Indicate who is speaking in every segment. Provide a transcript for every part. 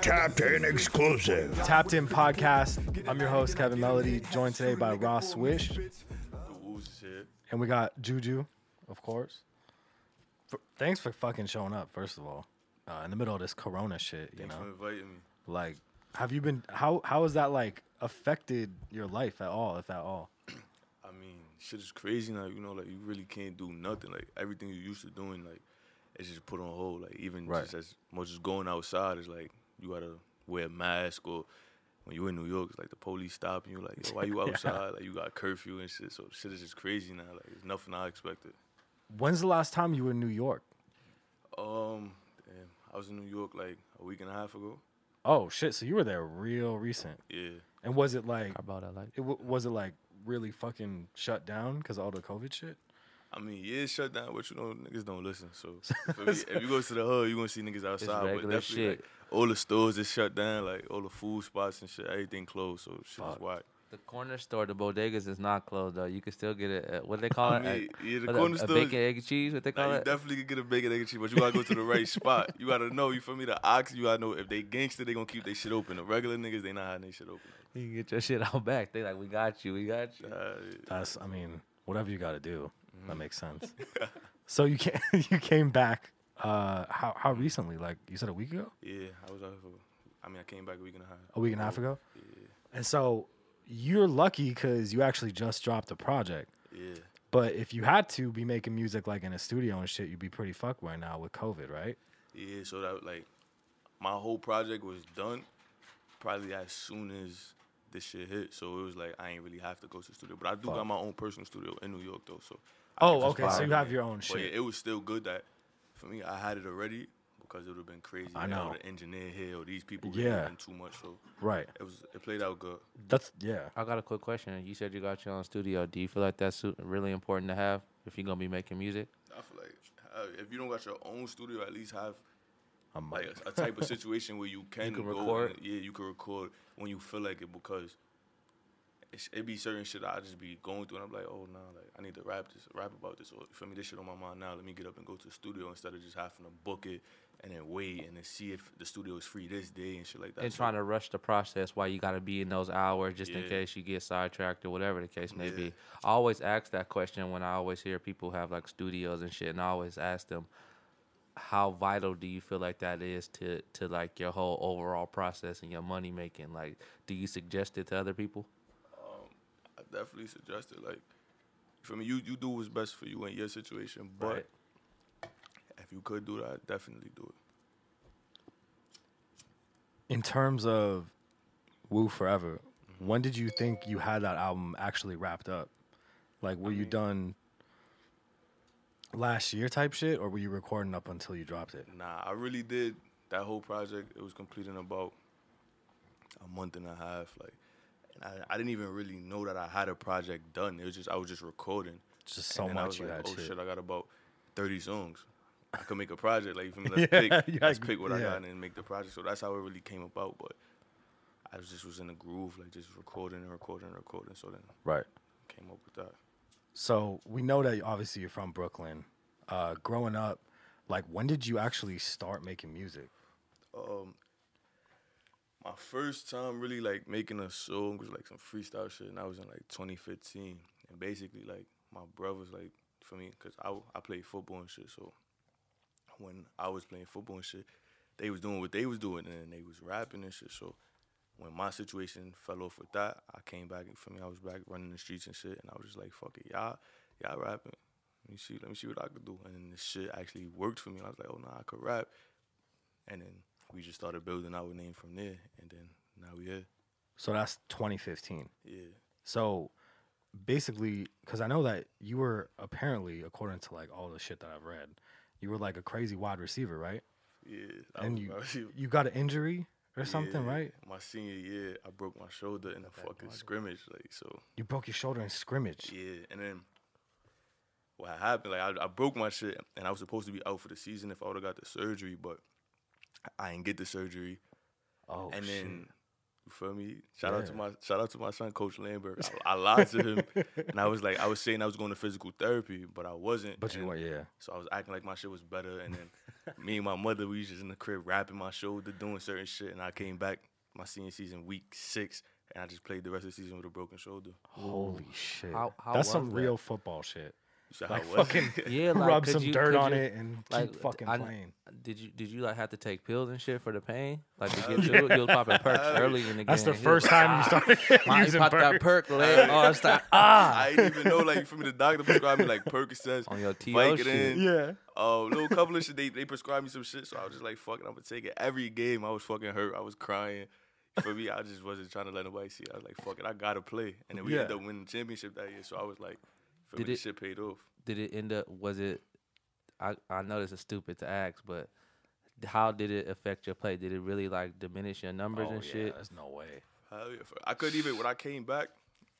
Speaker 1: Tapped in exclusive.
Speaker 2: Tapped In Podcast. I'm your host, Kevin Melody, joined today by Ross Swish. And we got Juju, of course. F thanks for fucking showing up, first of all. Uh, in the middle of this corona shit, you
Speaker 3: Thanks for
Speaker 2: know.
Speaker 3: inviting me.
Speaker 2: Like, have you been how how has that like affected your life at all, if at all?
Speaker 3: I mean, shit is crazy now. You know, like you really can't do nothing. Like everything you used to doing, like it's just put on hold. Like even
Speaker 2: Right.
Speaker 3: just as much as going outside is like you gotta wear a mask or when you in New York, it's like the police stopping you. Like, Yo, why you outside? Like you got curfew and shit. So shit is just crazy now. Like it's nothing I expected.
Speaker 2: When's the last time you were in New York?
Speaker 3: Um, damn, I was in New York like a week and a half ago.
Speaker 2: Oh shit, so you were there real recent.
Speaker 3: Yeah.
Speaker 2: And was it like
Speaker 4: about that like
Speaker 2: it w- was it like really fucking shut down because all the COVID shit?
Speaker 3: I mean, yeah, it's shut down, but you know, niggas don't listen. So you feel me? if you go to the hood, you gonna see niggas outside. But
Speaker 4: regular
Speaker 3: definitely,
Speaker 4: shit.
Speaker 3: like, all the stores is shut down, like all the food spots and shit, everything closed. So shit is whack.
Speaker 4: the corner store, the bodegas is not closed though. You can still get it. At, what do they call
Speaker 3: I
Speaker 4: it?
Speaker 3: mean,
Speaker 4: At-
Speaker 3: yeah, the
Speaker 4: what,
Speaker 3: corner
Speaker 4: a,
Speaker 3: store
Speaker 4: A
Speaker 3: is-
Speaker 4: bacon egg cheese. What they
Speaker 3: Now,
Speaker 4: call
Speaker 3: you
Speaker 4: it?
Speaker 3: definitely can get a bacon egg and cheese, but you gotta go to the right spot. You gotta know, you feel me? The ox, you gotta know if they gangster, they gonna keep their shit open. The regular niggas, they not having their shit open.
Speaker 4: you can get your shit out back. They like, we got you. We got you.
Speaker 3: Uh,
Speaker 2: That's I mean, whatever you got to do, that makes sense. so you came you came back uh how how recently? Like you said a week ago?
Speaker 3: yeah, I was out here for. I mean, I came back a week and a half.
Speaker 2: A week and a half ago? And so you're lucky cuz you actually just dropped a project.
Speaker 3: Yeah.
Speaker 2: But if you had to be making music like in a studio and shit, you'd be pretty fucked right now with COVID, right?
Speaker 3: Yeah, so that like my whole project was done probably as soon as this shit hit. So it was like I ain't really have to go to the studio. But I do got my own personal studio in New York though. So I
Speaker 2: Oh,
Speaker 3: can just
Speaker 2: okay, so
Speaker 3: vibe
Speaker 2: you have
Speaker 3: in.
Speaker 2: your own
Speaker 3: But
Speaker 2: shit.
Speaker 3: yeah, it was still good that for me I had it already because it would have been crazy.
Speaker 2: I
Speaker 3: like, oh,
Speaker 2: know.
Speaker 3: the engineer here or these people
Speaker 2: Yeah.
Speaker 3: yeah. too much. So
Speaker 2: Right.
Speaker 3: it was it played out good.
Speaker 2: That's yeah.
Speaker 4: I got a quick question. You said you got your own studio. Do you feel like that's su- really important to have if you're gonna be making music?
Speaker 3: I feel like uh, if you don't got your own studio, at least have
Speaker 2: I
Speaker 3: like
Speaker 2: might.
Speaker 3: a, a type of situation where you can,
Speaker 4: can
Speaker 3: go
Speaker 4: record.
Speaker 3: and- yeah, you can record when you feel like it because it's, it be certain shit I just be going through and I'm like, oh nah, like I need to rap this, rap about this, or for me this shit on my mind now. Let me get up and go to the studio instead of just having to book it and then wait and then see if the studio is free this day and shit like that.
Speaker 4: and
Speaker 3: So,
Speaker 4: trying to rush the process while you got to be in those hours just in
Speaker 3: Yeah.
Speaker 4: case you get sidetracked or whatever the case may
Speaker 3: Yeah.
Speaker 4: be. I always ask that question when I always hear people have like studios and shit, and I always ask them, how vital do you feel like that is to to like your whole overall process and your money making? Like, do you suggest it to other people?
Speaker 3: I definitely suggest it. Like for me, you you do what's best for you in your situation, but
Speaker 4: Right.
Speaker 3: if you could do that, I'd definitely do it.
Speaker 2: in terms of Woo Forever, when did you think you had that album actually wrapped up? Like, were you done last year type shit, or were you recording up until you dropped it?
Speaker 3: Nah, I really did that whole project. It was complete in about a month and a half. Like, and I, I didn't even really know that I had a project done. It was just I was just recording.
Speaker 2: Just so
Speaker 3: and then I
Speaker 2: much
Speaker 3: was
Speaker 2: you
Speaker 3: like,
Speaker 2: had
Speaker 3: oh
Speaker 2: shit.
Speaker 3: shit. I got about thirty songs. I could make a project. Like, you feel me? Let's pick,
Speaker 2: you
Speaker 3: let's
Speaker 2: had-
Speaker 3: pick what I
Speaker 2: yeah.
Speaker 3: got and then make the project. So that's how it really came about. But I was just was in the groove, like just recording and recording and recording. So then
Speaker 2: Right.
Speaker 3: came up with that.
Speaker 2: So we know that obviously you're from Brooklyn. Uh, growing up, like, when did you actually start making music?
Speaker 3: um my first time really like making a song was like some freestyle shit and I was in like 2015 and basically like my brothers like for me cuz I I played football and shit so when I was playing football and shit they was doing what they was doing and they was rapping and shit so when my situation fell off with that I came back and for me I was back running the streets and shit and I was just like fuck it y'all y'all rapping let me see let me see what I could do and the shit actually worked for me I was like oh nah, I could rap and then we just started building our name from there. And then now we here.
Speaker 2: So that's 2015.
Speaker 3: Yeah.
Speaker 2: So basically, because I know that you were apparently, according to like all the shit that I've read, you were like a crazy wide receiver, right?
Speaker 3: Yeah. I
Speaker 2: and
Speaker 3: was
Speaker 2: you
Speaker 3: about to-
Speaker 2: you got an injury or something,
Speaker 3: Yeah,
Speaker 2: right?
Speaker 3: My senior year, I broke my shoulder in a fucking scrimmage. Like, so,
Speaker 2: You broke your shoulder in scrimmage.
Speaker 3: yeah. And then what happened, like, I, I broke my shit and I was supposed to be out for the season if I would have got the surgery, but I didn't get the surgery.
Speaker 2: Oh
Speaker 3: and
Speaker 2: shit.
Speaker 3: then you feel me? Shout out to
Speaker 2: Yeah.
Speaker 3: my shout out to my son, Coach Lambert. I, I lied to him, and I was like, I was saying I was going to physical therapy, but I wasn't.
Speaker 2: but you
Speaker 3: and-
Speaker 2: were yeah.
Speaker 3: So I was acting like my shit was better, and then me and my mother, we was just in the crib rapping my shoulder, doing certain shit, and I came back my senior season, week six, and I just played the rest of the season with a broken shoulder.
Speaker 2: Holy shit.
Speaker 4: How- how
Speaker 2: That's
Speaker 4: was
Speaker 2: some
Speaker 4: that?
Speaker 2: real football shit.
Speaker 3: So
Speaker 2: Like
Speaker 3: how was
Speaker 2: fucking
Speaker 3: it?
Speaker 4: Yeah, like,
Speaker 2: Rub
Speaker 4: could
Speaker 2: some
Speaker 4: you-
Speaker 2: dirt
Speaker 4: could
Speaker 2: on
Speaker 4: you-
Speaker 2: it and
Speaker 4: like,
Speaker 2: keep fucking
Speaker 4: I-
Speaker 2: playing.
Speaker 4: Did you did you like have to take pills and shit for the pain? Like to get through it, you was popping perks early in the
Speaker 2: That's
Speaker 4: game.
Speaker 2: the
Speaker 4: He was
Speaker 2: first
Speaker 4: like,
Speaker 2: time you started
Speaker 4: "Ah, you
Speaker 2: using
Speaker 4: popped that
Speaker 2: bird.
Speaker 4: perk, leg, oh, stop.
Speaker 3: I didn't even know, like, for me, the doctor prescribed me, like, Percocets.
Speaker 4: On your TO
Speaker 3: Vicodin,
Speaker 4: shit.
Speaker 2: Yeah.
Speaker 3: Uh, little couple of shit, they, they prescribed me some shit, so I was just like, fucking, I'm gonna take it. Every game, I was fucking hurt, I was crying. For me, I just wasn't trying to let nobody see. it. I was like, fuck it, I gotta play. And then we
Speaker 2: Yeah.
Speaker 3: ended up winning the championship that year, so I was like, for
Speaker 4: Did
Speaker 3: me,
Speaker 4: it-
Speaker 3: shit paid off.
Speaker 4: Did it end up? Was it? I I know this is stupid to ask, but how did it affect your play? Did it really like diminish your numbers
Speaker 3: Oh,
Speaker 4: and shit?
Speaker 2: There's Oh, no way.
Speaker 3: Hell yeah, fam. I couldn't even when I came back,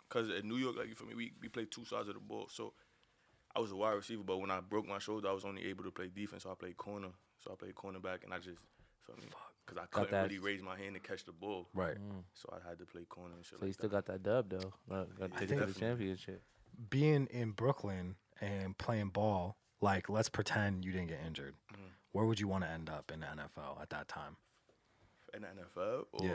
Speaker 3: cause in New York, like you feel me, we we played two sides of the ball. So I was a wide receiver, but when I broke my shoulder, I was only able to play defense. So I played corner. So I played cornerback, and I just feel me, cause I couldn't
Speaker 4: that-
Speaker 3: really raise my hand to catch the ball.
Speaker 2: Right.
Speaker 3: So I had to play corner and shit.
Speaker 4: So you
Speaker 3: like
Speaker 4: still
Speaker 3: that.
Speaker 4: got that dub though. Like, got to take it to the
Speaker 3: definitely.
Speaker 4: championship.
Speaker 2: Being in Brooklyn and playing ball, like let's pretend you didn't get injured.
Speaker 3: Mm.
Speaker 2: Where would you want to end up in the NFL at that time?
Speaker 3: in the NFL. Or,
Speaker 2: yeah.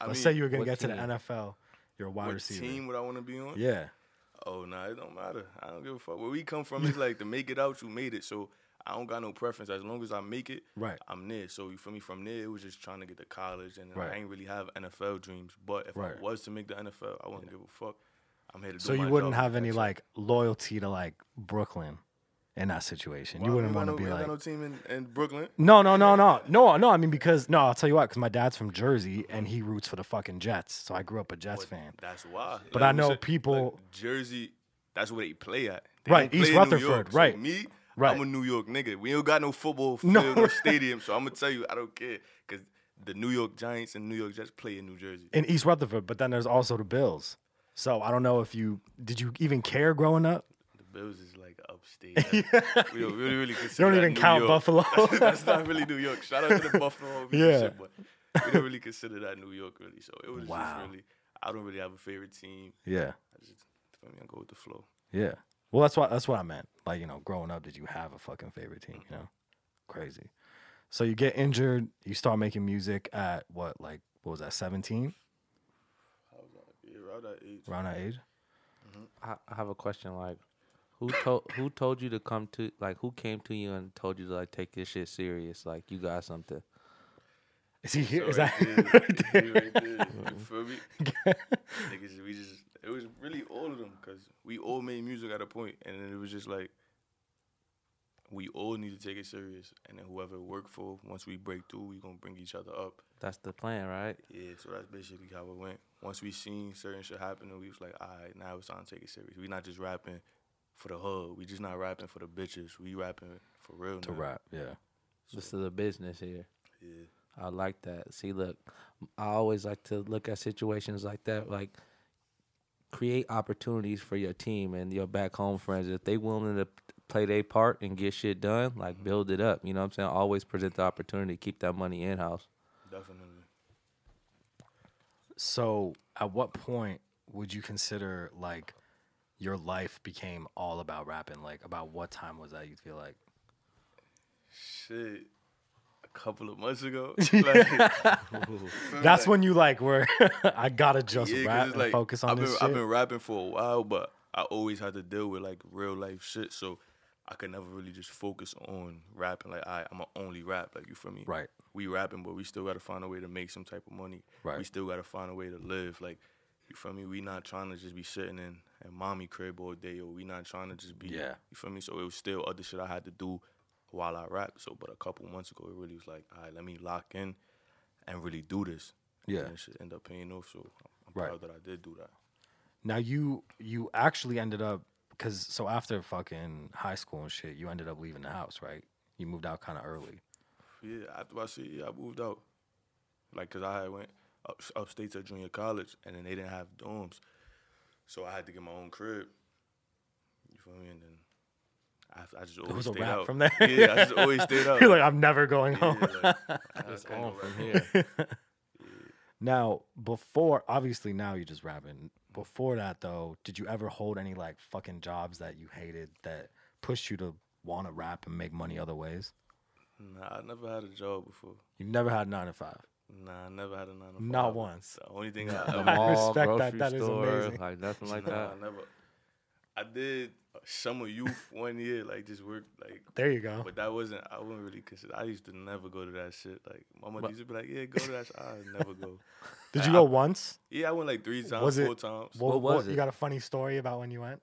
Speaker 3: I
Speaker 2: let's
Speaker 3: mean,
Speaker 2: say you were gonna
Speaker 4: what
Speaker 2: get to
Speaker 4: team?
Speaker 2: the NFL. You're a wide
Speaker 3: what
Speaker 2: receiver.
Speaker 3: team would I want to be on?
Speaker 2: Yeah.
Speaker 3: Oh no, it don't matter. I don't give a fuck. Where we come from is like to make it out, you made it. So I don't got no preference. As long as I make it,
Speaker 2: Right.
Speaker 3: I'm there. So you feel me? From there, it was just trying to get to college, and
Speaker 2: Right.
Speaker 3: I ain't really have NFL dreams. But if
Speaker 2: Right.
Speaker 3: I was to make the NFL, I wouldn't give a fuck. I'm here to
Speaker 2: So
Speaker 3: do my
Speaker 2: you wouldn't
Speaker 3: job.
Speaker 2: have any
Speaker 3: That's it.
Speaker 2: like loyalty to like Brooklyn in that situation.
Speaker 3: Why
Speaker 2: you
Speaker 3: we
Speaker 2: wouldn't
Speaker 3: got
Speaker 2: want to
Speaker 3: no-
Speaker 2: be
Speaker 3: we
Speaker 2: like
Speaker 3: got no team in, in Brooklyn.
Speaker 2: No, no, no, no, no, no. I mean, because no, I'll tell you what. Because my dad's from Jersey and he roots for the fucking Jets, so I grew up a Jets fan.
Speaker 3: That's why.
Speaker 2: But
Speaker 3: Like
Speaker 2: I
Speaker 3: we
Speaker 2: know
Speaker 3: said,
Speaker 2: people-
Speaker 3: like, Jersey. That's where they play at. They
Speaker 2: Right,
Speaker 3: don't play
Speaker 2: East
Speaker 3: in New
Speaker 2: Rutherford,
Speaker 3: York. So
Speaker 2: right,
Speaker 3: me,
Speaker 2: right.
Speaker 3: I'm a New York nigga. We don't got no football field,
Speaker 2: No.
Speaker 3: no, stadium. So I'm gonna tell you, I don't care because the New York Giants and New York Jets play in New Jersey.
Speaker 2: in East Rutherford, but then there's also the Bills. So I don't know if you did you even care growing up.
Speaker 3: The Bills is like upstate. Like, we don't really, really
Speaker 2: You
Speaker 3: consider.
Speaker 2: don't
Speaker 3: that
Speaker 2: even
Speaker 3: New
Speaker 2: count
Speaker 3: York.
Speaker 2: Buffalo.
Speaker 3: That's not really New York. Shout out to the Buffalo people
Speaker 2: Yeah.
Speaker 3: yeah. shit, but we don't really consider that New York really. So it was
Speaker 2: Wow.
Speaker 3: just really. I don't really have a favorite team.
Speaker 2: yeah,
Speaker 3: I just, for me, I go with the flow.
Speaker 2: yeah. Well, that's what that's what I meant. Like you know, growing up, did you have a fucking favorite team? You know, crazy. So you get injured, you start making music at what like what was that 17
Speaker 3: How was that? Yeah, around that age.
Speaker 2: around that age?
Speaker 4: I, I have a question. Like, who told who told you to come to? Like, who came to you and told you to like take this shit serious? Like, you got something.
Speaker 2: Is he here? Is
Speaker 3: So right
Speaker 2: that
Speaker 3: there, he right there, You feel me? Niggas, we just it was really all of them because we all made music at a point, and then it was just like we all need to take it serious, and then whoever it worked for, once we break through, we gonna bring each other up.
Speaker 4: That's the plan, right?
Speaker 3: Yeah, so that's basically how it went. Once we seen certain shit happening, we was like, all right, now it's time to take it serious. We not just rapping for the hub. We just not rapping for the bitches. We rapping for real.
Speaker 2: to
Speaker 3: now.
Speaker 2: rap? Yeah.
Speaker 4: This is a business here.
Speaker 3: Yeah.
Speaker 4: I like that. See, look, I always like to look at situations like that. Like, create opportunities for your team and your back home friends. If they willing to play their part and get shit done, like build it up. You know what I'm saying? Always present the opportunity. Keep that money in house.
Speaker 3: Definitely.
Speaker 2: So, at what point would you consider like your life became all about rapping? Like, about what time was that? You feel like
Speaker 3: Shit. A couple of months ago. Like,
Speaker 2: that's when you like were I gotta just
Speaker 3: Yeah, 'cause
Speaker 2: rap
Speaker 3: it's
Speaker 2: and focus on
Speaker 3: I've been,
Speaker 2: this
Speaker 3: I've
Speaker 2: shit.
Speaker 3: been rapping for a while, but I always had to deal with like real life shit, so I could never really just focus on rapping. Like I, I'm a only rap. Like you feel me?
Speaker 2: Right.
Speaker 3: We rapping, but we still gotta find a way to make some type of money.
Speaker 2: Right.
Speaker 3: We still gotta find a way to live. Like you feel me? We not trying to just be sitting in in mommy crib all day, or we not trying to just be.
Speaker 2: Yeah.
Speaker 3: You feel me? So it was still other shit I had to do while I rap. So, but a couple months ago, it really was like, all right, let me lock in and really do this.
Speaker 2: Yeah.
Speaker 3: And it should end up paying off. So I'm
Speaker 2: Right.
Speaker 3: proud that I did do that.
Speaker 2: now you you actually ended up because so after fucking high school and shit, you ended up leaving the house, right? You moved out kind of early.
Speaker 3: Yeah, after I see, yeah, I moved out. Like, cause I had went up, upstate to junior college, and then they didn't have dorms, so I had to get my own crib. You feel me? And then I, I just always
Speaker 2: was a
Speaker 3: stayed
Speaker 2: wrap
Speaker 3: out
Speaker 2: from there.
Speaker 3: Yeah, I just always stayed out.
Speaker 2: You're like, I'm never going
Speaker 3: yeah,
Speaker 2: home.
Speaker 3: like, I had to go right here.
Speaker 2: Now, before obviously now you just rapping. Before that though, did you ever hold any like fucking jobs that you hated that pushed you to want to rap and make money other ways?
Speaker 3: Nah, I never had a job before.
Speaker 2: You never had nine to five.
Speaker 3: Nah, I never had a nine to five.
Speaker 2: Not once.
Speaker 3: The only thing I
Speaker 4: The
Speaker 3: ever,
Speaker 4: mall,
Speaker 2: respect that.
Speaker 4: grocery
Speaker 2: That is
Speaker 4: store,
Speaker 2: amazing.
Speaker 4: like nothing like
Speaker 3: nah,
Speaker 4: that.
Speaker 3: I never. I did uh, summer youth one year, like just work like
Speaker 2: There you go.
Speaker 3: But that wasn't. I wouldn't really consider. I used to never go to that shit. Like my mother
Speaker 2: But-
Speaker 3: used to be like, "Yeah, go to that." shit. I would never go.
Speaker 2: Did you go once?
Speaker 3: Yeah, I went like three times,
Speaker 2: Was it-
Speaker 3: four times.
Speaker 2: What,
Speaker 4: What was
Speaker 2: what- You
Speaker 4: it?
Speaker 2: got a funny story about when you went?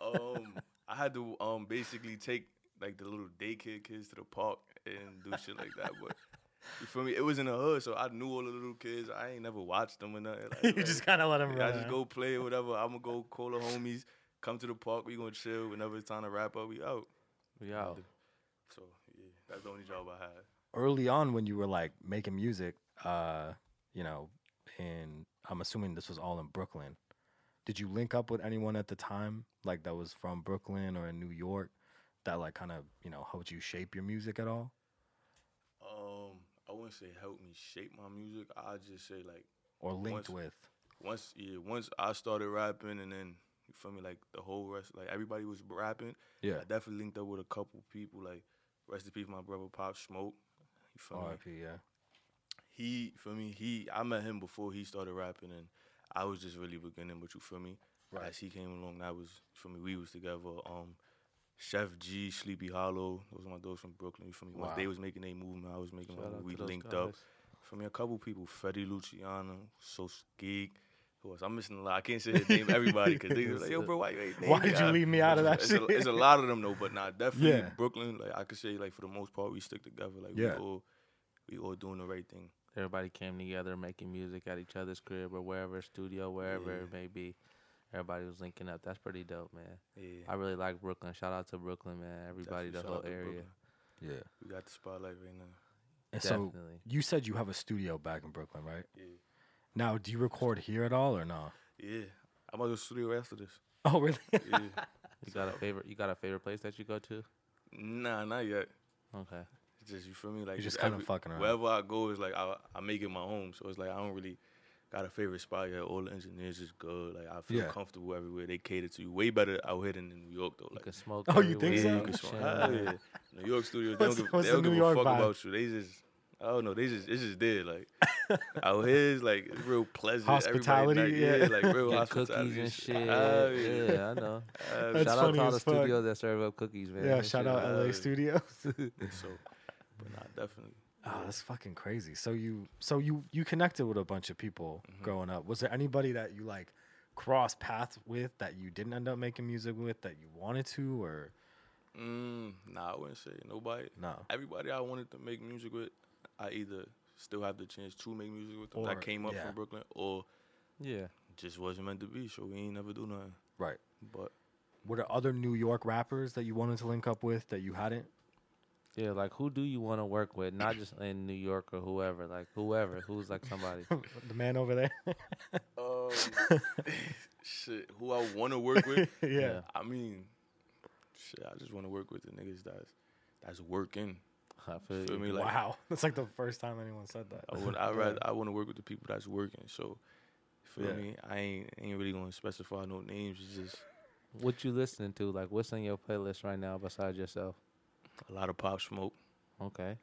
Speaker 3: Um, I had to um basically take like the little daycare kids to the park and do shit like that. But you feel me? It was in the hood, so I knew all the little kids. I ain't never watched them or nothing. Like,
Speaker 2: you
Speaker 3: like,
Speaker 2: just kind of let him.
Speaker 3: yeah, I just go play or whatever. I'm gonna go call the homies. Come to the park. We gonna chill. Whenever it's time to wrap up, we out.
Speaker 4: Yeah.
Speaker 3: So yeah, that's the only job I had.
Speaker 2: early on when you were like making music, uh, you know, and I'm assuming this was all in Brooklyn. Did you link up with anyone at the time, like that was from Brooklyn or in New York, that like kind of you know helped you shape your music at all,
Speaker 3: Um, I wouldn't say help me shape my music. I just say like
Speaker 2: or linked
Speaker 3: Once-
Speaker 2: with?
Speaker 3: once yeah, once I started rapping and then you feel me like the whole rest like everybody was rapping.
Speaker 2: Yeah.
Speaker 3: I definitely linked up with a couple people like rest in peace my brother Pop Smoke. You feel me?
Speaker 2: R.I.P. Yeah.
Speaker 3: He for me he I met him before he started rapping and I was just really beginning, but you feel me?
Speaker 2: Right.
Speaker 3: As he came along, that was for me. We was together. Um, Chef G, Sleepy Hollow, those are my dogs from Brooklyn. You feel me? Once
Speaker 2: Wow.
Speaker 3: they was making their movement, I was making my
Speaker 4: Shout out
Speaker 3: movement.
Speaker 4: to
Speaker 3: We
Speaker 4: those
Speaker 3: linked up.
Speaker 4: guys.
Speaker 3: For me, a couple people, Fetty Luciano, So Geek. Who else? I'm missing a lot. I can't say his name everybody because they was like, yo, bro, why you ain't name
Speaker 2: Why did you
Speaker 3: I-
Speaker 2: leave me out of that
Speaker 3: it's a,
Speaker 2: shit?
Speaker 3: it's a lot of them though, but nah, definitely
Speaker 2: Yeah.
Speaker 3: Brooklyn. Like I could say, like for the most part, we stick together. Like
Speaker 2: Yeah.
Speaker 3: we all, we all doing the right thing.
Speaker 4: Everybody came together making music at each other's crib or wherever, studio, wherever
Speaker 3: Yeah.
Speaker 4: it may be. Everybody was linking up. That's pretty dope, man.
Speaker 3: Yeah,
Speaker 4: I really like Brooklyn. Shout out to Brooklyn, man.
Speaker 3: definitely
Speaker 4: Everybody, the
Speaker 3: shout
Speaker 4: whole
Speaker 3: out to
Speaker 4: area.
Speaker 3: Brooklyn.
Speaker 2: Yeah.
Speaker 3: We got the spotlight right now.
Speaker 2: And so
Speaker 4: Definitely.
Speaker 2: you said you have a studio back in Brooklyn, right?
Speaker 3: Yeah.
Speaker 2: Now, do you record here at all or no?
Speaker 3: Yeah, I'm about to studio after this.
Speaker 2: Oh, really?
Speaker 3: Yeah.
Speaker 4: You got a favorite? You got a favorite place that you go to?
Speaker 3: nah, not yet.
Speaker 4: Okay.
Speaker 3: It's just you feel me? Like
Speaker 2: You're just
Speaker 3: every-
Speaker 2: kinda fucking around.
Speaker 3: Wherever I go is like I I make it my home, so it's like I don't really got a favorite spot yet. All the engineers is good. Like I feel
Speaker 2: Yeah.
Speaker 3: comfortable everywhere. They cater to you way better out here than in New York though.
Speaker 4: You
Speaker 3: Like
Speaker 4: can smoke.
Speaker 2: Oh, you
Speaker 4: everywhere.
Speaker 2: think so?
Speaker 3: yeah, you
Speaker 2: can
Speaker 3: can
Speaker 2: smoke.
Speaker 3: smoke.
Speaker 4: chill.
Speaker 3: yeah. New York studios
Speaker 2: What's-
Speaker 3: they don't give,
Speaker 2: what's the
Speaker 3: they don't
Speaker 2: New
Speaker 3: give a
Speaker 2: York
Speaker 3: fuck
Speaker 2: vibe?
Speaker 3: about you. They just I don't know. They just it's just there. Like out here is like it's real pleasant.
Speaker 2: Hospitality,
Speaker 3: Everybody,
Speaker 2: yeah.
Speaker 3: nice, yeah. like real
Speaker 4: Get
Speaker 3: hospitality
Speaker 4: cookies and shit.
Speaker 3: Oh,
Speaker 4: yeah. I know.
Speaker 3: Oh,
Speaker 2: That's
Speaker 4: shout out
Speaker 2: funny
Speaker 4: to all the
Speaker 2: as fuck.
Speaker 4: studios that serve up cookies, man.
Speaker 2: yeah.
Speaker 4: That
Speaker 2: Shout
Speaker 4: shit
Speaker 2: out
Speaker 4: is-
Speaker 2: LA
Speaker 3: uh,
Speaker 2: Studios.
Speaker 3: So, but nah, definitely.
Speaker 2: Oh, that's fucking crazy. So you so you you connected with a bunch of people
Speaker 3: Mm-hmm.
Speaker 2: growing up. Was there anybody that you like crossed paths with that you didn't end up making music with that you wanted to or
Speaker 3: Mm, nah, I wouldn't say nobody.
Speaker 2: no?
Speaker 3: Everybody I wanted to make music with, I either still have the chance to make music with them
Speaker 2: Or-
Speaker 3: that came up
Speaker 2: yeah.
Speaker 3: from Brooklyn, or
Speaker 4: Yeah.
Speaker 3: just wasn't meant to be. So we ain't never do nothing.
Speaker 2: Right.
Speaker 3: But
Speaker 2: Were there other New York rappers that you wanted to link up with that you hadn't?
Speaker 4: Yeah, like who do you want to work with? Not just in New York or whoever, like whoever, who's like somebody.
Speaker 2: the man over there.
Speaker 3: um, shit, who I want to work with?
Speaker 2: yeah.
Speaker 4: Yeah.
Speaker 3: I mean, shit, I just want to work with the niggas that's that's working.
Speaker 4: I feel
Speaker 3: You
Speaker 4: you.
Speaker 3: feel me? Like
Speaker 2: wow. That's like the first time anyone said that.
Speaker 3: I would, I rather, I want to work with the people that's working. So. you Feel
Speaker 2: Yeah.
Speaker 3: me? I ain't ain't really gonna specify no names. It's just
Speaker 4: What you listening to? Like what's on your playlist right now besides yourself?
Speaker 3: a lot of pop smoke.
Speaker 4: Okay.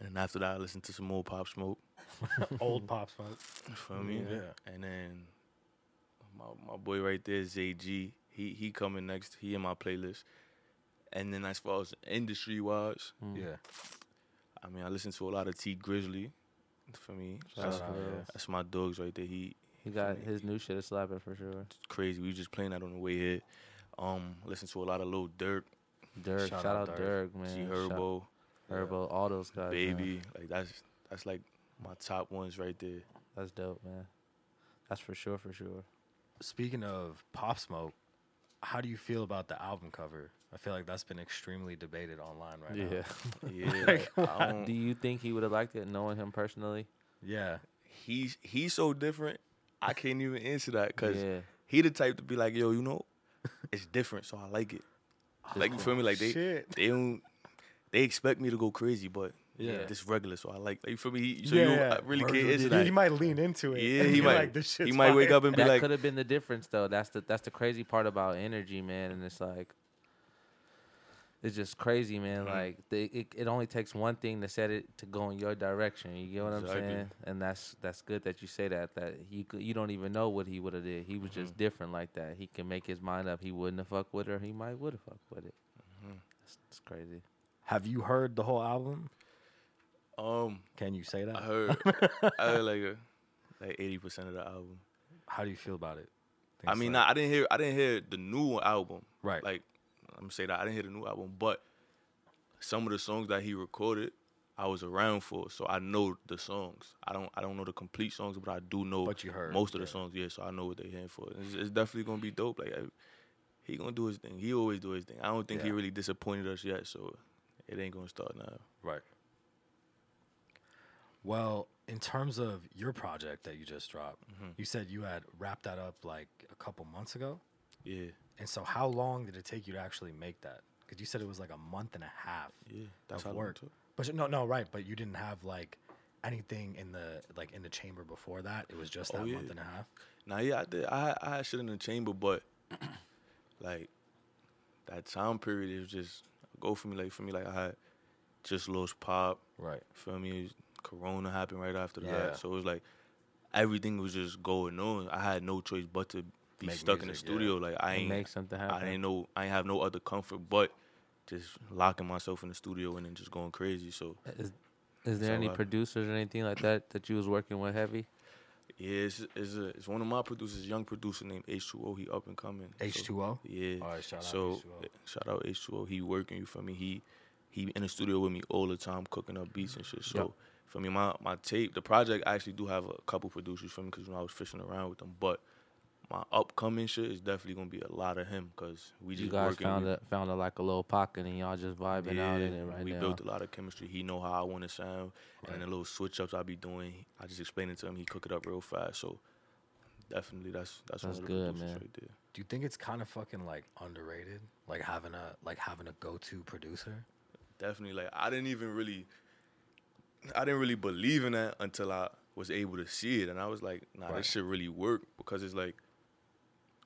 Speaker 3: And then after that, I listened to some more Pop Smoke.
Speaker 2: Old pop smoke.
Speaker 3: You feel me?
Speaker 2: Yeah.
Speaker 3: And then my my boy right there, ZG. He he coming next. He in my playlist. And then as far as industry wise,
Speaker 4: Mm.
Speaker 2: Yeah.
Speaker 3: I mean, I listen to a lot of T Grizzly. For me,
Speaker 4: Shout
Speaker 3: that's,
Speaker 2: Shout
Speaker 4: out,
Speaker 2: out,
Speaker 4: yeah.
Speaker 2: yeah.
Speaker 3: that's my dogs right there. He
Speaker 4: He got
Speaker 3: me.
Speaker 4: his new shit is slapping for sure.
Speaker 3: crazy. We just playing that on the way here. Um, listen to a lot of Lil Durk,
Speaker 4: Dirk, shout,
Speaker 2: Shout
Speaker 4: out
Speaker 2: out
Speaker 4: Dirk, man.
Speaker 3: G
Speaker 4: Shout-
Speaker 3: Herbo,
Speaker 4: Herbo, all those guys. man.
Speaker 3: Baby. Like that's that's like my top ones right there.
Speaker 4: That's dope, man. That's for sure, for sure.
Speaker 2: Speaking of pop smoke, how do you feel about the album cover? I feel like that's been extremely debated online right now.
Speaker 3: Yeah. like, I don't-
Speaker 4: Do you think he would have liked it knowing him personally?
Speaker 2: Yeah.
Speaker 3: he's he's so different. I can't even answer that because
Speaker 4: Yeah.
Speaker 3: he the type to be like, yo, you know, it's different, so I like it. Like you feel me? Like they
Speaker 2: Shit.
Speaker 3: they don't they expect me to go crazy, but
Speaker 4: Yeah.
Speaker 3: yeah, this regular, so I like. Like you feel me? He, so you don't, I really can't
Speaker 2: He-
Speaker 3: answer
Speaker 2: He
Speaker 3: that.
Speaker 2: might lean into it.
Speaker 3: Yeah,
Speaker 2: and
Speaker 3: he
Speaker 2: be
Speaker 3: might.
Speaker 2: Like, this shit's
Speaker 3: he might wake
Speaker 2: fire."
Speaker 3: up and be
Speaker 4: that
Speaker 3: like,
Speaker 4: could have been the difference though. That's the that's the crazy part about energy, man. And it's like it's just crazy,
Speaker 3: Mm.
Speaker 4: man. Like the, it, it only takes one thing to set it to go in your direction. You get what I'm
Speaker 3: Exactly.
Speaker 4: saying? And that's that's good that you say that. That you c- you don't even know what he would have did. He was just
Speaker 3: Mm-hmm.
Speaker 4: different like that. He can make his mind up. He wouldn't have fucked with her. He might would have fucked with it.
Speaker 3: Mm-hmm.
Speaker 4: It's, it's crazy.
Speaker 2: Have you heard the whole album?
Speaker 3: Um,
Speaker 2: Can you say that?
Speaker 3: I heard, I heard like a, like eighty percent of the album.
Speaker 2: How do you feel about it?
Speaker 3: I
Speaker 2: Things
Speaker 3: mean,
Speaker 2: like-
Speaker 3: nah, I didn't hear, I didn't hear the new album.
Speaker 2: Right.
Speaker 3: Like, I'm say that I didn't hear the new album, but some of the songs that he recorded, I was around for, so I know the songs. I don't, I don't know the complete songs, but I do know.
Speaker 2: But you heard,
Speaker 3: most of the
Speaker 2: yeah.
Speaker 3: songs, yeah. So I know what they're here for. It's, it's definitely gonna be dope. Like, I, he gonna do his thing. He always do his thing. I don't think he
Speaker 2: Yeah.
Speaker 3: really disappointed us yet, so it ain't gonna start now.
Speaker 2: right. Well, in terms of your project that you just dropped,
Speaker 3: Mm-hmm.
Speaker 2: you said you had wrapped that up like a couple months ago.
Speaker 3: Yeah,
Speaker 2: And so, how long did it take you to actually make that? Because you said it was like a month and a half.
Speaker 3: yeah. That's
Speaker 2: of
Speaker 3: how long it
Speaker 2: work.
Speaker 3: took.
Speaker 2: But you- no, no, right. But you didn't have like anything in the like in the chamber before that. It was just
Speaker 3: Oh,
Speaker 2: that
Speaker 3: yeah.
Speaker 2: month and a half.
Speaker 3: Nah, yeah, I did. I had- I had shit in the chamber, but like that time period is just go for me. Like for me, like I had just lost pop.
Speaker 2: Right.
Speaker 3: Feel me? Corona happened right after
Speaker 2: Yeah.
Speaker 3: that, so it was like everything was just going on. I had no choice but to be
Speaker 2: Make
Speaker 3: stuck in the
Speaker 2: music, yeah.
Speaker 3: studio. Like I
Speaker 4: And
Speaker 3: ain't
Speaker 4: make something
Speaker 3: I
Speaker 4: happen.
Speaker 3: ain't know. I ain't have no other comfort but just locking myself in the studio and then just going crazy. So
Speaker 4: Is, is there
Speaker 3: So,
Speaker 4: any
Speaker 3: uh,
Speaker 4: producers or anything like that that you was working with heavy?
Speaker 3: yeah, it's it's, a, it's one of my producers, young producer named H2O. He up and coming. So-
Speaker 2: H two O.
Speaker 3: Yeah.
Speaker 2: All right, shout out
Speaker 3: so
Speaker 2: H2O.
Speaker 3: uh, shout out H2O. He working you for me. He he in the studio with me all the time, cooking up beats and shit. So for me, my my tape, the project, I actually do have a couple producers for me because you know I was fishing around with them. But my upcoming shit is definitely gonna be a lot of him because we
Speaker 4: You
Speaker 3: just
Speaker 4: guys
Speaker 3: working.
Speaker 4: found
Speaker 3: we-
Speaker 4: a, found a, like a little pocket and y'all just vibing out in it
Speaker 3: yeah,
Speaker 4: right
Speaker 3: we
Speaker 4: now.
Speaker 3: built a lot of chemistry. He know how I want to sound, and the little switch ups I be doing, I just explain it to him. He cook it up real fast. So definitely, that's that's,
Speaker 4: That's
Speaker 3: one of the
Speaker 4: good,
Speaker 3: producers
Speaker 4: man.
Speaker 3: right there.
Speaker 2: Do you think it's kind of fucking like underrated? Like having a like having a go to producer.
Speaker 3: definitely like i didn't even really i didn't really believe in that until i was able to see it and i was like nah
Speaker 2: Right.
Speaker 3: this shit really work because it's like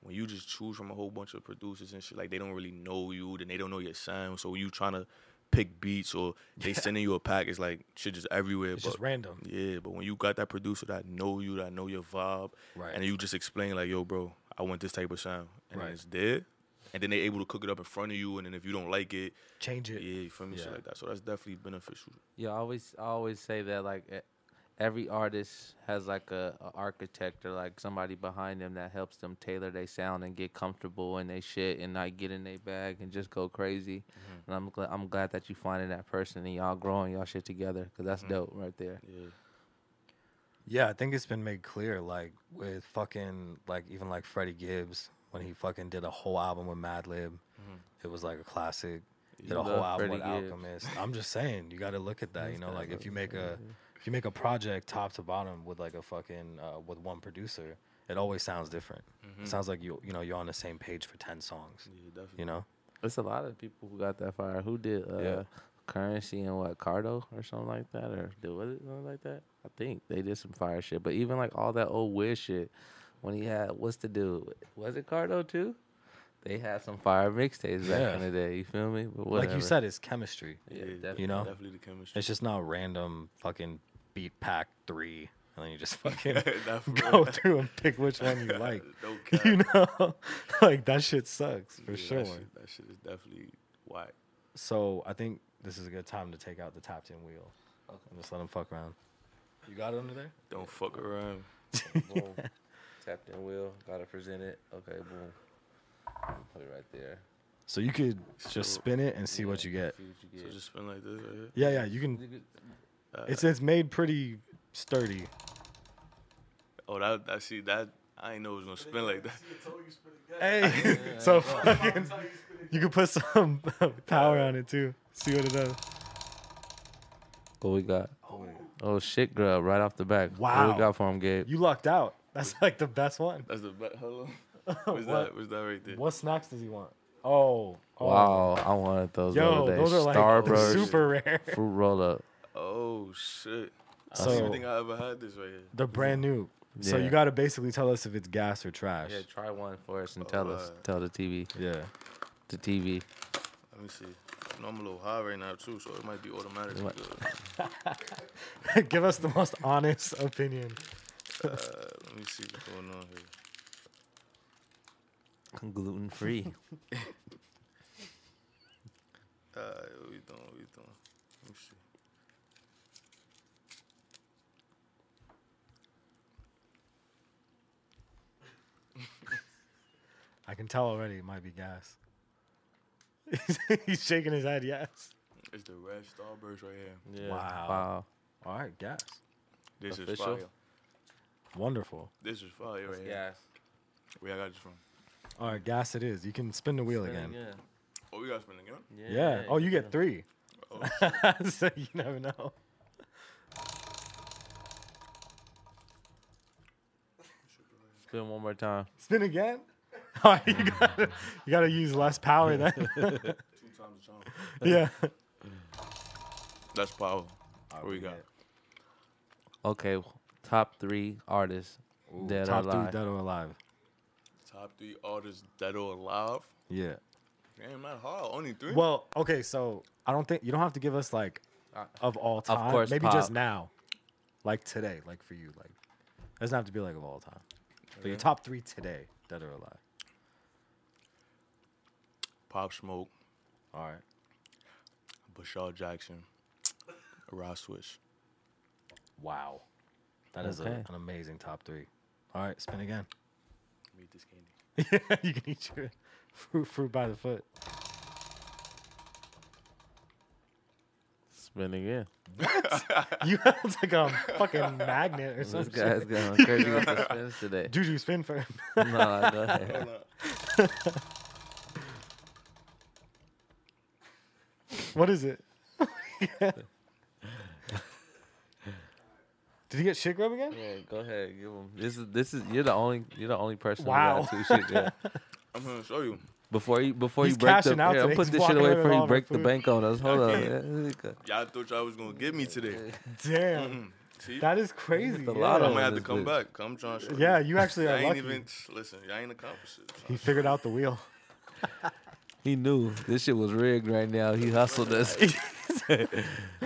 Speaker 3: when you just choose from a whole bunch of producers and shit like they don't really know you then they don't know your sound so when you trying to pick beats or they sending you a pack it's like shit just everywhere
Speaker 2: It's
Speaker 3: but
Speaker 2: just random.
Speaker 3: yeah but when you got that producer that know you that know your vibe
Speaker 2: Right.
Speaker 3: and you just explain like yo bro i want this type of sound and
Speaker 2: Right.
Speaker 3: then it's there and then they able to cook it up in front of you and then if you don't like it
Speaker 2: Change it.
Speaker 3: yeah, you feel me? Shit
Speaker 2: Yeah.
Speaker 3: like that. So that's definitely beneficial.
Speaker 4: Yeah, I always I always say that like e- every artist has like a, a architect or like somebody behind them that helps them tailor their sound and get comfortable in their shit and like get in their bag and just go crazy.
Speaker 3: Mm-hmm.
Speaker 4: And I'm glad I'm glad that you finding that person and y'all growing y'all shit together because that's
Speaker 3: Mm-hmm.
Speaker 4: dope right there.
Speaker 3: Yeah.
Speaker 2: Yeah, I think it's been made clear, like with fucking like even like Freddie Gibbs when he fucking did a whole album with Madlib, it was like a classic. Did a whole
Speaker 4: love
Speaker 2: album with
Speaker 4: Freddie Gibbs.
Speaker 2: Alchemist. I'm just saying, you got to look at that. You know,
Speaker 4: gotta
Speaker 2: like if
Speaker 4: love
Speaker 2: you make a if you make a project top to bottom with like a fucking uh, with one producer, it always sounds different. It sounds like you you know you're on the same page for ten songs.
Speaker 3: Yeah, definitely.
Speaker 2: You know,
Speaker 4: It's a lot of people who got that fire. Who did uh,
Speaker 2: Yeah.
Speaker 4: currency and what Cardo or something like that, or did was it something like that? I think they did some fire shit. But even like all that old weird shit, when he had what's the dude? Was it Cardo too? They had some fire mixtapes back
Speaker 2: Yeah.
Speaker 4: in the day. You feel me? But
Speaker 2: like you
Speaker 4: whatever.
Speaker 2: said, it's chemistry.
Speaker 4: yeah,
Speaker 3: Yeah,
Speaker 4: definitely.
Speaker 2: You know?
Speaker 3: Definitely the chemistry.
Speaker 2: It's just not random fucking beat pack three, and then you just fucking
Speaker 3: Nah, for
Speaker 2: go
Speaker 3: real.
Speaker 2: through and pick which one you like.
Speaker 3: No cap.
Speaker 2: you know, like that shit sucks for
Speaker 3: Yeah,
Speaker 2: sure.
Speaker 3: That shit, that shit is definitely whack.
Speaker 2: So I think this is a good time to take out the top ten wheel and just let them fuck around. You got it under there?
Speaker 3: Don't fuck around.
Speaker 4: boom. Tapped in wheel. Gotta present it. Okay, boom. Put it right there.
Speaker 2: So you could just
Speaker 3: So-
Speaker 2: spin it and see what you get.
Speaker 4: See what you
Speaker 3: So
Speaker 4: get.
Speaker 3: just spin like this right here.
Speaker 2: Yeah, yeah, you can. It's it's made pretty sturdy.
Speaker 3: Oh, that, that see that I ain't know it was gonna spin like that.
Speaker 2: Hey, so fucking, you can put some power on it too. See what it does.
Speaker 4: What we got? Oh shit, grub right off the back. What
Speaker 2: Wow.
Speaker 4: we got for him, Gabe?
Speaker 2: You lucked out. That's like the best one.
Speaker 3: That's the bet. Hello. What's
Speaker 2: What?
Speaker 3: that? What's that right there?
Speaker 2: What snacks does he want? Oh, oh.
Speaker 4: Wow, I wanted those the
Speaker 2: Yo,
Speaker 4: other day.
Speaker 2: those are like
Speaker 4: Starburst
Speaker 2: super rare.
Speaker 4: fruit roll up.
Speaker 3: Oh shit. I don't
Speaker 2: So
Speaker 3: even think I ever had this right here.
Speaker 2: they're brand new. So
Speaker 4: Yeah.
Speaker 2: you got to basically tell us if it's gas or trash.
Speaker 4: Yeah, try one for us and tell us.
Speaker 3: Alright.
Speaker 4: Tell the TV.
Speaker 2: Yeah.
Speaker 4: The TV.
Speaker 3: Let me see. You know, I'm a little high right now too, so it might be automatic.
Speaker 4: might-
Speaker 3: Uh,
Speaker 2: Give us the most honest opinion.
Speaker 3: let me see what's going on here.
Speaker 4: Gluten free.
Speaker 3: Uh, what we doing? What we doing? Let me see.
Speaker 2: I can tell already it might be gas. He's shaking his head, yes.
Speaker 3: It's the red starburst right here.
Speaker 4: yeah.
Speaker 2: Wow.
Speaker 4: Wow.
Speaker 2: All right, gas.
Speaker 3: This is
Speaker 4: Official?
Speaker 3: fire.
Speaker 2: Wonderful.
Speaker 3: This is fire right here.
Speaker 4: Yes.
Speaker 3: Where I got this from?
Speaker 2: All right, gas it is. You can spin the wheel again.
Speaker 4: Yeah.
Speaker 3: Oh, we got spin again.
Speaker 2: Yeah. Oh, you get three.
Speaker 3: Oh,
Speaker 2: so you never know.
Speaker 4: Spin one more time.
Speaker 2: Spin again. All right, you gotta, you gotta use less power then.
Speaker 3: two times the charm.
Speaker 2: yeah.
Speaker 3: That's power. what we got?
Speaker 4: Okay. w- Top three artists dead
Speaker 2: Top
Speaker 4: or alive.
Speaker 2: three dead or alive.
Speaker 3: Top three artists that are alive.
Speaker 2: Yeah.
Speaker 3: Damn, not hard. Only three.
Speaker 2: Well, okay, so I don't think you don't have to give us like
Speaker 4: Uh,
Speaker 2: of all time.
Speaker 4: course,
Speaker 2: Maybe
Speaker 4: Pop.
Speaker 2: just now, like today, like for you, like it doesn't have to be like of all time. But your top three today, dead or alive.
Speaker 3: Pop Smoke,
Speaker 2: All right.
Speaker 3: Bashar Jackson, Ross Swish.
Speaker 2: Wow. That is a-
Speaker 4: Okay.
Speaker 2: an amazing top three. All right, spin again.
Speaker 3: Let me eat this candy.
Speaker 2: you can eat your fruit, fruit by the foot.
Speaker 4: Spin again.
Speaker 2: You it's like a fucking magnet or
Speaker 4: This
Speaker 2: something.
Speaker 4: guy's going crazy with the spins today.
Speaker 2: Juju, spin for
Speaker 4: no, go ahead.
Speaker 2: What is it? Did he get shit grub again?
Speaker 4: Yeah, go ahead. Give him. This is this is you're the only you're the only person. who
Speaker 2: Wow.
Speaker 4: got two shit, yeah.
Speaker 3: I'm gonna show you.
Speaker 4: Before you before
Speaker 2: He's
Speaker 4: you break the
Speaker 2: cashing out
Speaker 4: here, I'm
Speaker 2: today.
Speaker 4: putting
Speaker 2: He's
Speaker 4: this shit
Speaker 2: walking
Speaker 4: away
Speaker 2: away with
Speaker 4: before
Speaker 2: all the
Speaker 4: you break the
Speaker 2: food.
Speaker 4: bank on us. Hold on. yeah.
Speaker 3: Y'all thought y'all was gonna get me today.
Speaker 2: Damn,
Speaker 3: See,
Speaker 2: that is crazy.
Speaker 4: The
Speaker 2: yeah.
Speaker 3: I
Speaker 4: lotto.
Speaker 3: might have to
Speaker 4: this
Speaker 3: come
Speaker 4: bitch.
Speaker 3: back. Come trying. to show
Speaker 2: Yeah,
Speaker 3: you.
Speaker 2: you actually
Speaker 3: I
Speaker 2: are
Speaker 3: ain't
Speaker 2: lucky.
Speaker 3: even listen. Y'all ain't accomplished it.
Speaker 2: He figured out the wheel.
Speaker 4: He knew this shit was rigged right now. He hustled us.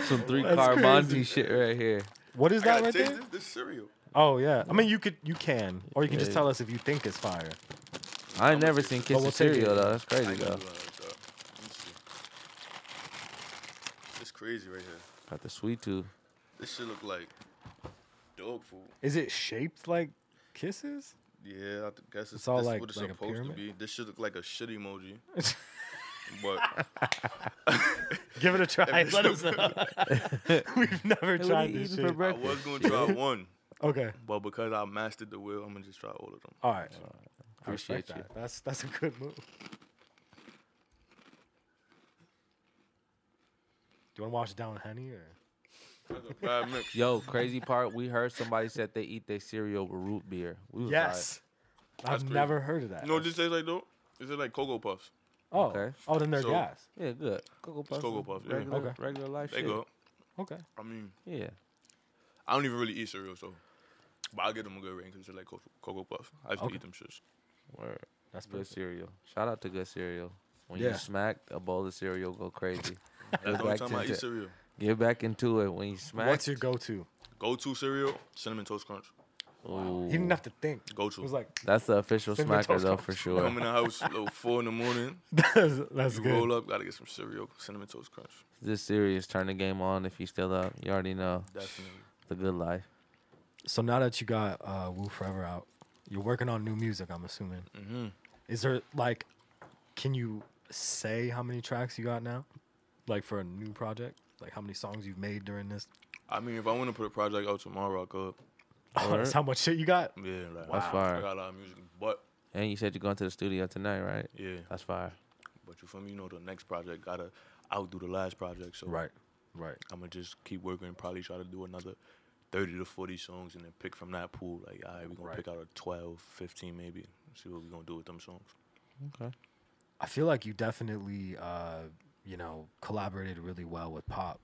Speaker 4: Some three car
Speaker 2: crazy.
Speaker 4: Monty shit right here.
Speaker 2: What is
Speaker 3: I
Speaker 2: that
Speaker 3: gotta
Speaker 2: right
Speaker 3: taste
Speaker 2: there?
Speaker 3: this, this cereal.
Speaker 2: Oh yeah. I mean, you could, you can, or you can just
Speaker 4: Yeah.
Speaker 2: tell us if you think it's fire.
Speaker 4: I ain't never seen Kiss
Speaker 2: we'll
Speaker 4: the
Speaker 2: take
Speaker 4: Cereal
Speaker 2: it.
Speaker 4: though. That's
Speaker 3: I
Speaker 4: crazy
Speaker 3: ain't gonna
Speaker 4: though.
Speaker 3: do it like that. Let me see. It's crazy right here.
Speaker 4: Got the sweet tooth.
Speaker 3: This shit look like dog food.
Speaker 2: Is it shaped like kisses?
Speaker 3: Yeah, I th- guess it's,
Speaker 2: all
Speaker 3: this is
Speaker 2: like-
Speaker 3: what it's
Speaker 2: like a
Speaker 3: supposed to
Speaker 2: pyramid?
Speaker 3: be. This should look like a shit emoji, but
Speaker 2: Give it a try.
Speaker 3: it's
Speaker 2: Let us know. We've never
Speaker 4: Hey, what
Speaker 2: tried
Speaker 4: you
Speaker 2: this
Speaker 4: eating for
Speaker 2: shit.
Speaker 3: I
Speaker 4: breakfast?
Speaker 3: was gonna try one,
Speaker 2: Okay.
Speaker 3: but because I mastered the wheel, I'm gonna just try all of them.
Speaker 2: All right. I
Speaker 4: Appreciate
Speaker 2: respect
Speaker 4: you.
Speaker 2: that. That's that's a good move. Do you want to wash it down with honey or?
Speaker 3: That's a bad mix.
Speaker 4: Yo, crazy part. We heard somebody said they eat their cereal with root beer. We was
Speaker 2: Yes. I've
Speaker 3: That's crazy.
Speaker 2: never heard of that.
Speaker 3: No, this tastes like though. It tastes like cocoa puffs.
Speaker 2: oh,
Speaker 4: okay.
Speaker 2: oh, then they're
Speaker 3: So-
Speaker 2: gas.
Speaker 4: Like, yeah, good. Cocoa puffs.
Speaker 3: Cocoa
Speaker 4: is
Speaker 3: Puffs, yeah.
Speaker 4: Regular,
Speaker 2: Okay.
Speaker 4: regular life
Speaker 3: They
Speaker 4: shit.
Speaker 3: go.
Speaker 2: Okay.
Speaker 3: I mean,
Speaker 4: Yeah.
Speaker 3: I don't even really eat cereal, so. But I give them a good rating because they're like Cocoa, cocoa Puffs. I used
Speaker 2: Okay.
Speaker 3: to eat them shits.
Speaker 4: Word.
Speaker 2: That's
Speaker 4: Good
Speaker 2: perfect.
Speaker 4: cereal. Shout out to good cereal. When
Speaker 2: Yeah.
Speaker 4: you smack a bowl of cereal, go crazy.
Speaker 3: That's the only
Speaker 4: back
Speaker 3: time
Speaker 4: to
Speaker 3: I eat
Speaker 4: that.
Speaker 3: cereal.
Speaker 4: Get back into it when you smack.
Speaker 2: What's your go-to?
Speaker 3: Go to cereal, cinnamon toast crunch.
Speaker 4: Ooh,
Speaker 2: He didn't have to think.
Speaker 3: Go
Speaker 2: It
Speaker 3: to.
Speaker 2: was like
Speaker 4: that's the official
Speaker 2: Cinnamon
Speaker 4: smacker
Speaker 2: Toast
Speaker 4: though
Speaker 2: Crunch.
Speaker 4: for
Speaker 3: Come
Speaker 4: sure.
Speaker 3: in the house, little four in the morning.
Speaker 2: that's, that's
Speaker 3: You
Speaker 2: good.
Speaker 3: roll up, gotta get some cereal, cinnamon toast crunch.
Speaker 4: This serious. Turn the game on if you still up. You already know
Speaker 3: Definitely.
Speaker 4: the good life.
Speaker 2: So now that you got uh, Woo Forever out, you're working on new music. I'm assuming.
Speaker 3: Mm-hmm.
Speaker 2: Is there like, can you say how many tracks you got now, like for a new project? Like how many songs you've made during this?
Speaker 3: I mean, if I want to put a project out tomorrow, I could.
Speaker 2: That's how much shit you got.
Speaker 3: Yeah, like,
Speaker 4: That's
Speaker 3: I
Speaker 4: fire.
Speaker 3: got a lot of music, but
Speaker 4: And you said you're going to the studio tonight, right?
Speaker 3: yeah,
Speaker 4: That's fire.
Speaker 3: but you feel me? You know, the next project gotta outdo the last project, so
Speaker 2: Right. Right.
Speaker 3: I'm gonna just keep working and probably try to do another 30 to 40 songs and then pick from that pool. Like, all right, we're gonna
Speaker 2: Right.
Speaker 3: pick out a 12, 15 maybe, and see what we're gonna do with them songs.
Speaker 4: Okay.
Speaker 2: I feel like you definitely, uh, you know, collaborated really well with Pop.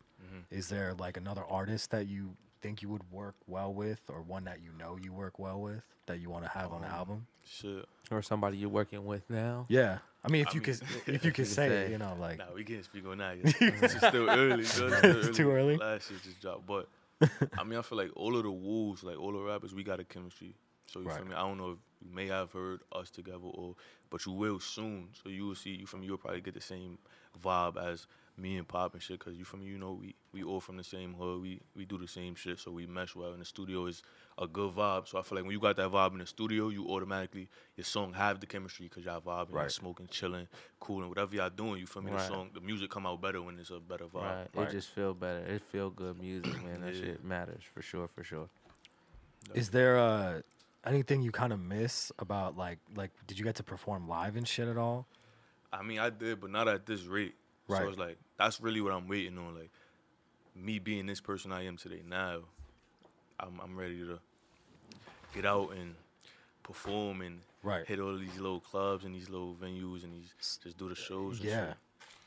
Speaker 2: Is there like another artist that you think you would work well with, or one that you know you work well with that you want to have on an
Speaker 3: Um,
Speaker 2: album?
Speaker 3: Shit.
Speaker 4: Or somebody you're working with now.
Speaker 2: Yeah, I mean, if
Speaker 3: I
Speaker 2: you
Speaker 3: mean-
Speaker 2: could, if you could say, it,
Speaker 4: say.
Speaker 2: you know, like
Speaker 3: Nah, we can't speak on that yet. it's just still early. so it's still
Speaker 2: It's too early?
Speaker 3: Last shit just dropped, but I mean, I feel like all of the wolves, like all the rappers, we got a chemistry. So you
Speaker 2: Right.
Speaker 3: feel me? I don't know if you may have heard us together or, but you will soon. So you will see. You from you'll probably get the same vibe as me and Pop and shit. Cause you from you know we we all from the same hood. We we do the same shit. So we mesh well. And the studio is a good vibe. So I feel like when you got that vibe in the studio, you automatically your song have the chemistry because y'all vibing, y'all
Speaker 2: Right.
Speaker 3: smoking, chilling, cooling, whatever y'all doing. You feel me?
Speaker 4: Right.
Speaker 3: The song, the music come out better when it's a better vibe.
Speaker 4: Right. It just feel better. It feel good music, man. That
Speaker 3: Yeah.
Speaker 4: shit matters for sure, for sure.
Speaker 2: Is there uh, anything you kind of miss about like like did you get to perform live and shit at all?
Speaker 3: I mean, I did, but not at this rate.
Speaker 2: Right.
Speaker 3: So it's like that's really what I'm waiting on. Like me being this person I am today now, I'm I'm ready to get out and perform and
Speaker 2: Right.
Speaker 3: hit all these little clubs and these little venues and these just do the shows. And
Speaker 2: Yeah.
Speaker 3: shit.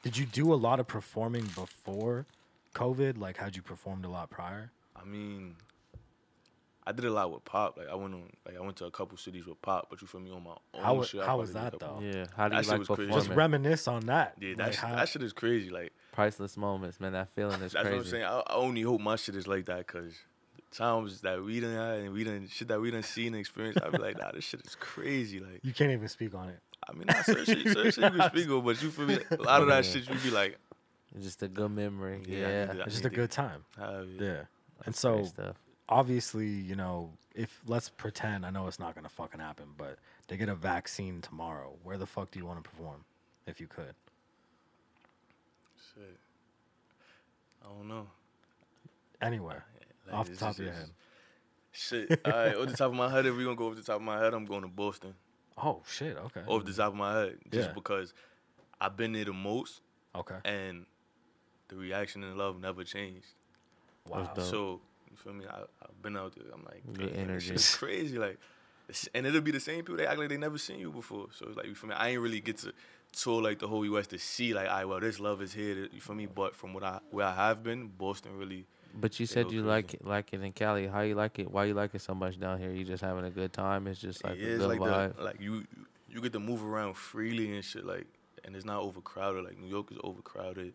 Speaker 2: Did you do a lot of performing before COVID? Like, had you performed a lot prior?
Speaker 3: I mean, I did a lot with Pop. Like I went on, like I went to a couple cities with Pop, but you feel me on my own.
Speaker 2: How wa-
Speaker 3: shit, I
Speaker 2: how
Speaker 3: probably
Speaker 2: was
Speaker 3: did a
Speaker 2: that,
Speaker 3: couple-
Speaker 2: though?
Speaker 4: Yeah. How do
Speaker 3: That
Speaker 4: you
Speaker 3: shit
Speaker 4: like
Speaker 3: was crazy.
Speaker 4: performing?
Speaker 3: Just
Speaker 2: Just reminisce on that.
Speaker 3: Yeah, that
Speaker 2: like,
Speaker 3: shit,
Speaker 2: how-
Speaker 3: that shit is crazy. Like
Speaker 4: Priceless moments, man. That feeling is
Speaker 3: That's
Speaker 4: crazy.
Speaker 3: what I'm saying. I, I only hope my shit is like that because the times that we done had and we done shit that we done seen and experienced, I'd be like, nah, this shit is crazy. Like,
Speaker 2: you can't even speak on it.
Speaker 3: I mean, I certain shit, certain shit you can speak on, but you feel me? Like, a lot of that
Speaker 4: Yeah.
Speaker 3: shit you be like,
Speaker 4: It's just a good memory.
Speaker 3: Yeah, I can do
Speaker 4: Yeah.
Speaker 3: that.
Speaker 2: It's just
Speaker 3: need
Speaker 2: a
Speaker 3: to-
Speaker 2: good time.
Speaker 3: ah, yeah.
Speaker 2: Yeah. And
Speaker 4: Great
Speaker 2: so,
Speaker 4: stuff.
Speaker 2: obviously, you know, if let's pretend, I know it's not going to fucking happen, but they get a vaccine tomorrow. Where the fuck do you want to perform if you could?
Speaker 3: shit. I don't know.
Speaker 2: Anywhere.
Speaker 3: Like,
Speaker 2: Off the
Speaker 3: it's
Speaker 2: top
Speaker 3: just-
Speaker 2: of your
Speaker 3: it's-
Speaker 2: head.
Speaker 3: Shit. All right, off the top of my head, if we gonna go off the top of my head, I'm going to Boston.
Speaker 2: Oh, shit. Okay.
Speaker 3: Off the top of my head, just
Speaker 2: Yeah.
Speaker 3: because I've been there the most
Speaker 2: okay.
Speaker 3: and the reaction and love never changed.
Speaker 2: Wow.
Speaker 4: dope.
Speaker 3: So you feel me? I, I've been out there. I'm like,
Speaker 4: Good
Speaker 3: "Damn, this
Speaker 4: energy."
Speaker 3: shit's crazy. Like, it's- and it'll be the same people. They act like they never seen you before. So it's like you feel me? I ain't really get to tour like the whole U.S. to see like, all right, well, this love is here. You feel me? But from what I where I have been, Boston really.
Speaker 4: But you said
Speaker 3: go
Speaker 4: you
Speaker 3: crazy.
Speaker 4: like it, like it in Cali. How you like it? Why you like it so much down here? You just having a good time. It's just like
Speaker 3: yeah,
Speaker 4: a
Speaker 3: it's
Speaker 4: good
Speaker 3: like
Speaker 4: vibe.
Speaker 3: the like you you get to move around freely and shit like, and it's not overcrowded. Like New York is overcrowded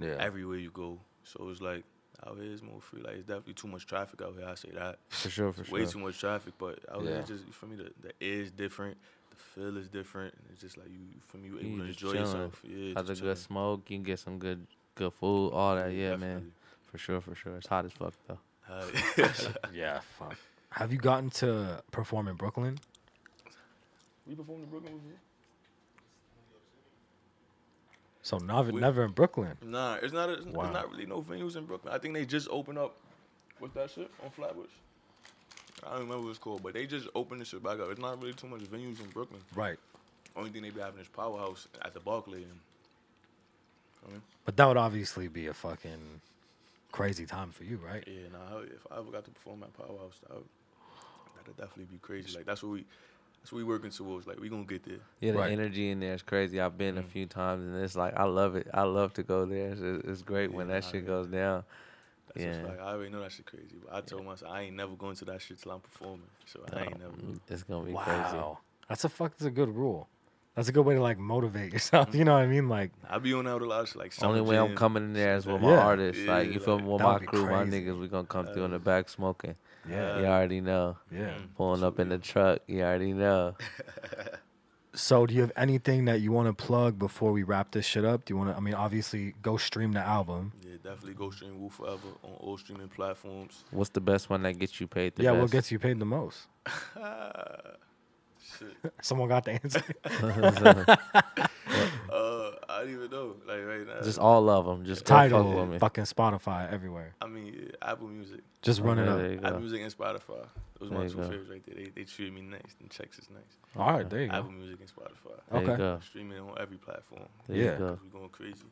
Speaker 2: Yeah.
Speaker 3: everywhere you go. So it's like out here is more free. Like it's definitely too much traffic out here. I say that.
Speaker 4: for sure, for sure.
Speaker 3: way too much traffic, but out
Speaker 2: Yeah.
Speaker 3: here just for me the, the air is different, the feel is different. and It's just like you for me you able
Speaker 4: You
Speaker 3: to
Speaker 4: just
Speaker 3: enjoy
Speaker 4: chilling.
Speaker 3: yourself. Yeah,
Speaker 4: Have a
Speaker 3: just
Speaker 4: good
Speaker 3: chilling.
Speaker 4: smoke. You can get some good good food. All that. Yeah, man.
Speaker 3: Definitely.
Speaker 4: For sure, for sure. It's hot as fuck though.
Speaker 3: Alright.
Speaker 2: Yeah, fuck. Have you gotten to perform in Brooklyn?
Speaker 3: we performed in Brooklyn before?
Speaker 2: So never,
Speaker 3: We-
Speaker 2: never in Brooklyn.
Speaker 3: Nah, it's not. A, it's
Speaker 2: Wow.
Speaker 3: not really no venues in Brooklyn. I think they just opened up. What's that shit on Flatbush? I don't remember what it's called, but they just opened the shit back up. It's not really too much venues in Brooklyn.
Speaker 2: Right.
Speaker 3: Only thing they be having is Powerhouse at the Barclay.
Speaker 2: But that would obviously be a fucking crazy time for you, right?
Speaker 3: Yeah, nah. hell yeah. If I ever got to perform at Powerhouse, that would, that'd definitely be crazy. Like that's what we, that's what we working towards. Like we gonna get there.
Speaker 4: Yeah, the
Speaker 2: Right.
Speaker 4: energy in there is crazy. I've been
Speaker 3: Mm.
Speaker 4: a few times and it's like I love it. I love to go there. It's, it's great when
Speaker 3: Yeah,
Speaker 4: that
Speaker 3: nah,
Speaker 4: shit
Speaker 3: yeah.
Speaker 4: goes down.
Speaker 3: That's just
Speaker 4: Yeah.
Speaker 3: like I already know that shit crazy, but I told myself I ain't never going to that shit till I'm performing. So I ain't never.
Speaker 4: It's gonna be crazy.
Speaker 2: Wow. That's a fuck. That's a good rule. That's a good way to like motivate yourself. You know what I mean? Like,
Speaker 3: I be on out a lot of shit, like summer
Speaker 4: Only way I'm
Speaker 3: jams,
Speaker 4: coming in there is
Speaker 3: shit
Speaker 4: with
Speaker 3: like
Speaker 4: my
Speaker 2: Yeah.
Speaker 4: artists.
Speaker 3: Yeah,
Speaker 4: like you feel me?
Speaker 3: like-
Speaker 4: With
Speaker 2: That would
Speaker 4: my
Speaker 2: be
Speaker 4: crew, my
Speaker 2: crazy.
Speaker 4: niggas, we gonna come through in the back smoking.
Speaker 2: yeah, Mm-hmm.
Speaker 4: you already know.
Speaker 2: yeah.
Speaker 4: Pulling up in the truck, you already know.
Speaker 2: So, do you have anything that you want to plug before we wrap this shit up? Do you want to? I mean, obviously, go stream the album.
Speaker 3: that. Yeah, definitely go stream Woo Forever on all streaming platforms.
Speaker 4: What's the best one that gets you paid the
Speaker 2: yeah,
Speaker 4: best?
Speaker 2: what gets you paid the most?
Speaker 3: Shit.
Speaker 2: Someone got the answer.
Speaker 3: uh, I don't even know. Like right now.
Speaker 4: Just all of them. Just go fuck with
Speaker 2: Title,
Speaker 4: me.
Speaker 2: fucking Spotify, everywhere.
Speaker 3: I mean, yeah, Apple Music,
Speaker 2: Just run it
Speaker 4: Yeah,
Speaker 2: up.
Speaker 4: there you go.
Speaker 3: Apple Music and Spotify. Those are
Speaker 4: There
Speaker 3: my
Speaker 4: you
Speaker 3: two
Speaker 4: go.
Speaker 3: favorites right there. They they treat me nice and checks is nice.
Speaker 2: All right, there you go.
Speaker 3: Apple Music and Spotify.
Speaker 4: There you
Speaker 2: Okay.
Speaker 4: go.
Speaker 3: Streaming on every platform.
Speaker 4: There you
Speaker 2: Yeah.
Speaker 4: go.
Speaker 3: We going crazy.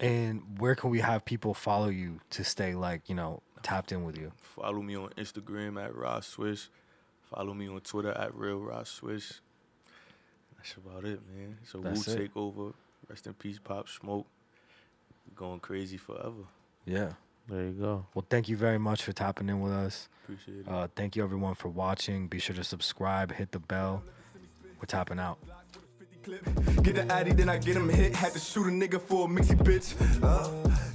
Speaker 2: And where can we have people follow you to stay like you know tapped in with you?
Speaker 3: Follow me on Instagram at Ross Swish. Follow me on Twitter at Real Ross Swish. That's about it, man. So Wu
Speaker 2: That's it.
Speaker 3: Takeover. Rest in peace, Pop Smoke. Going crazy forever.
Speaker 2: Yeah.
Speaker 4: There you go.
Speaker 2: Well, thank you very much for tapping in with us.
Speaker 3: Appreciate it.
Speaker 2: Uh, thank you everyone for watching. Be sure to subscribe, hit the bell. We're tapping out.
Speaker 5: Glock with a 50 clip. Get the Addy, then I get him hit. Had to shoot a nigga for a mixy bitch. Uh,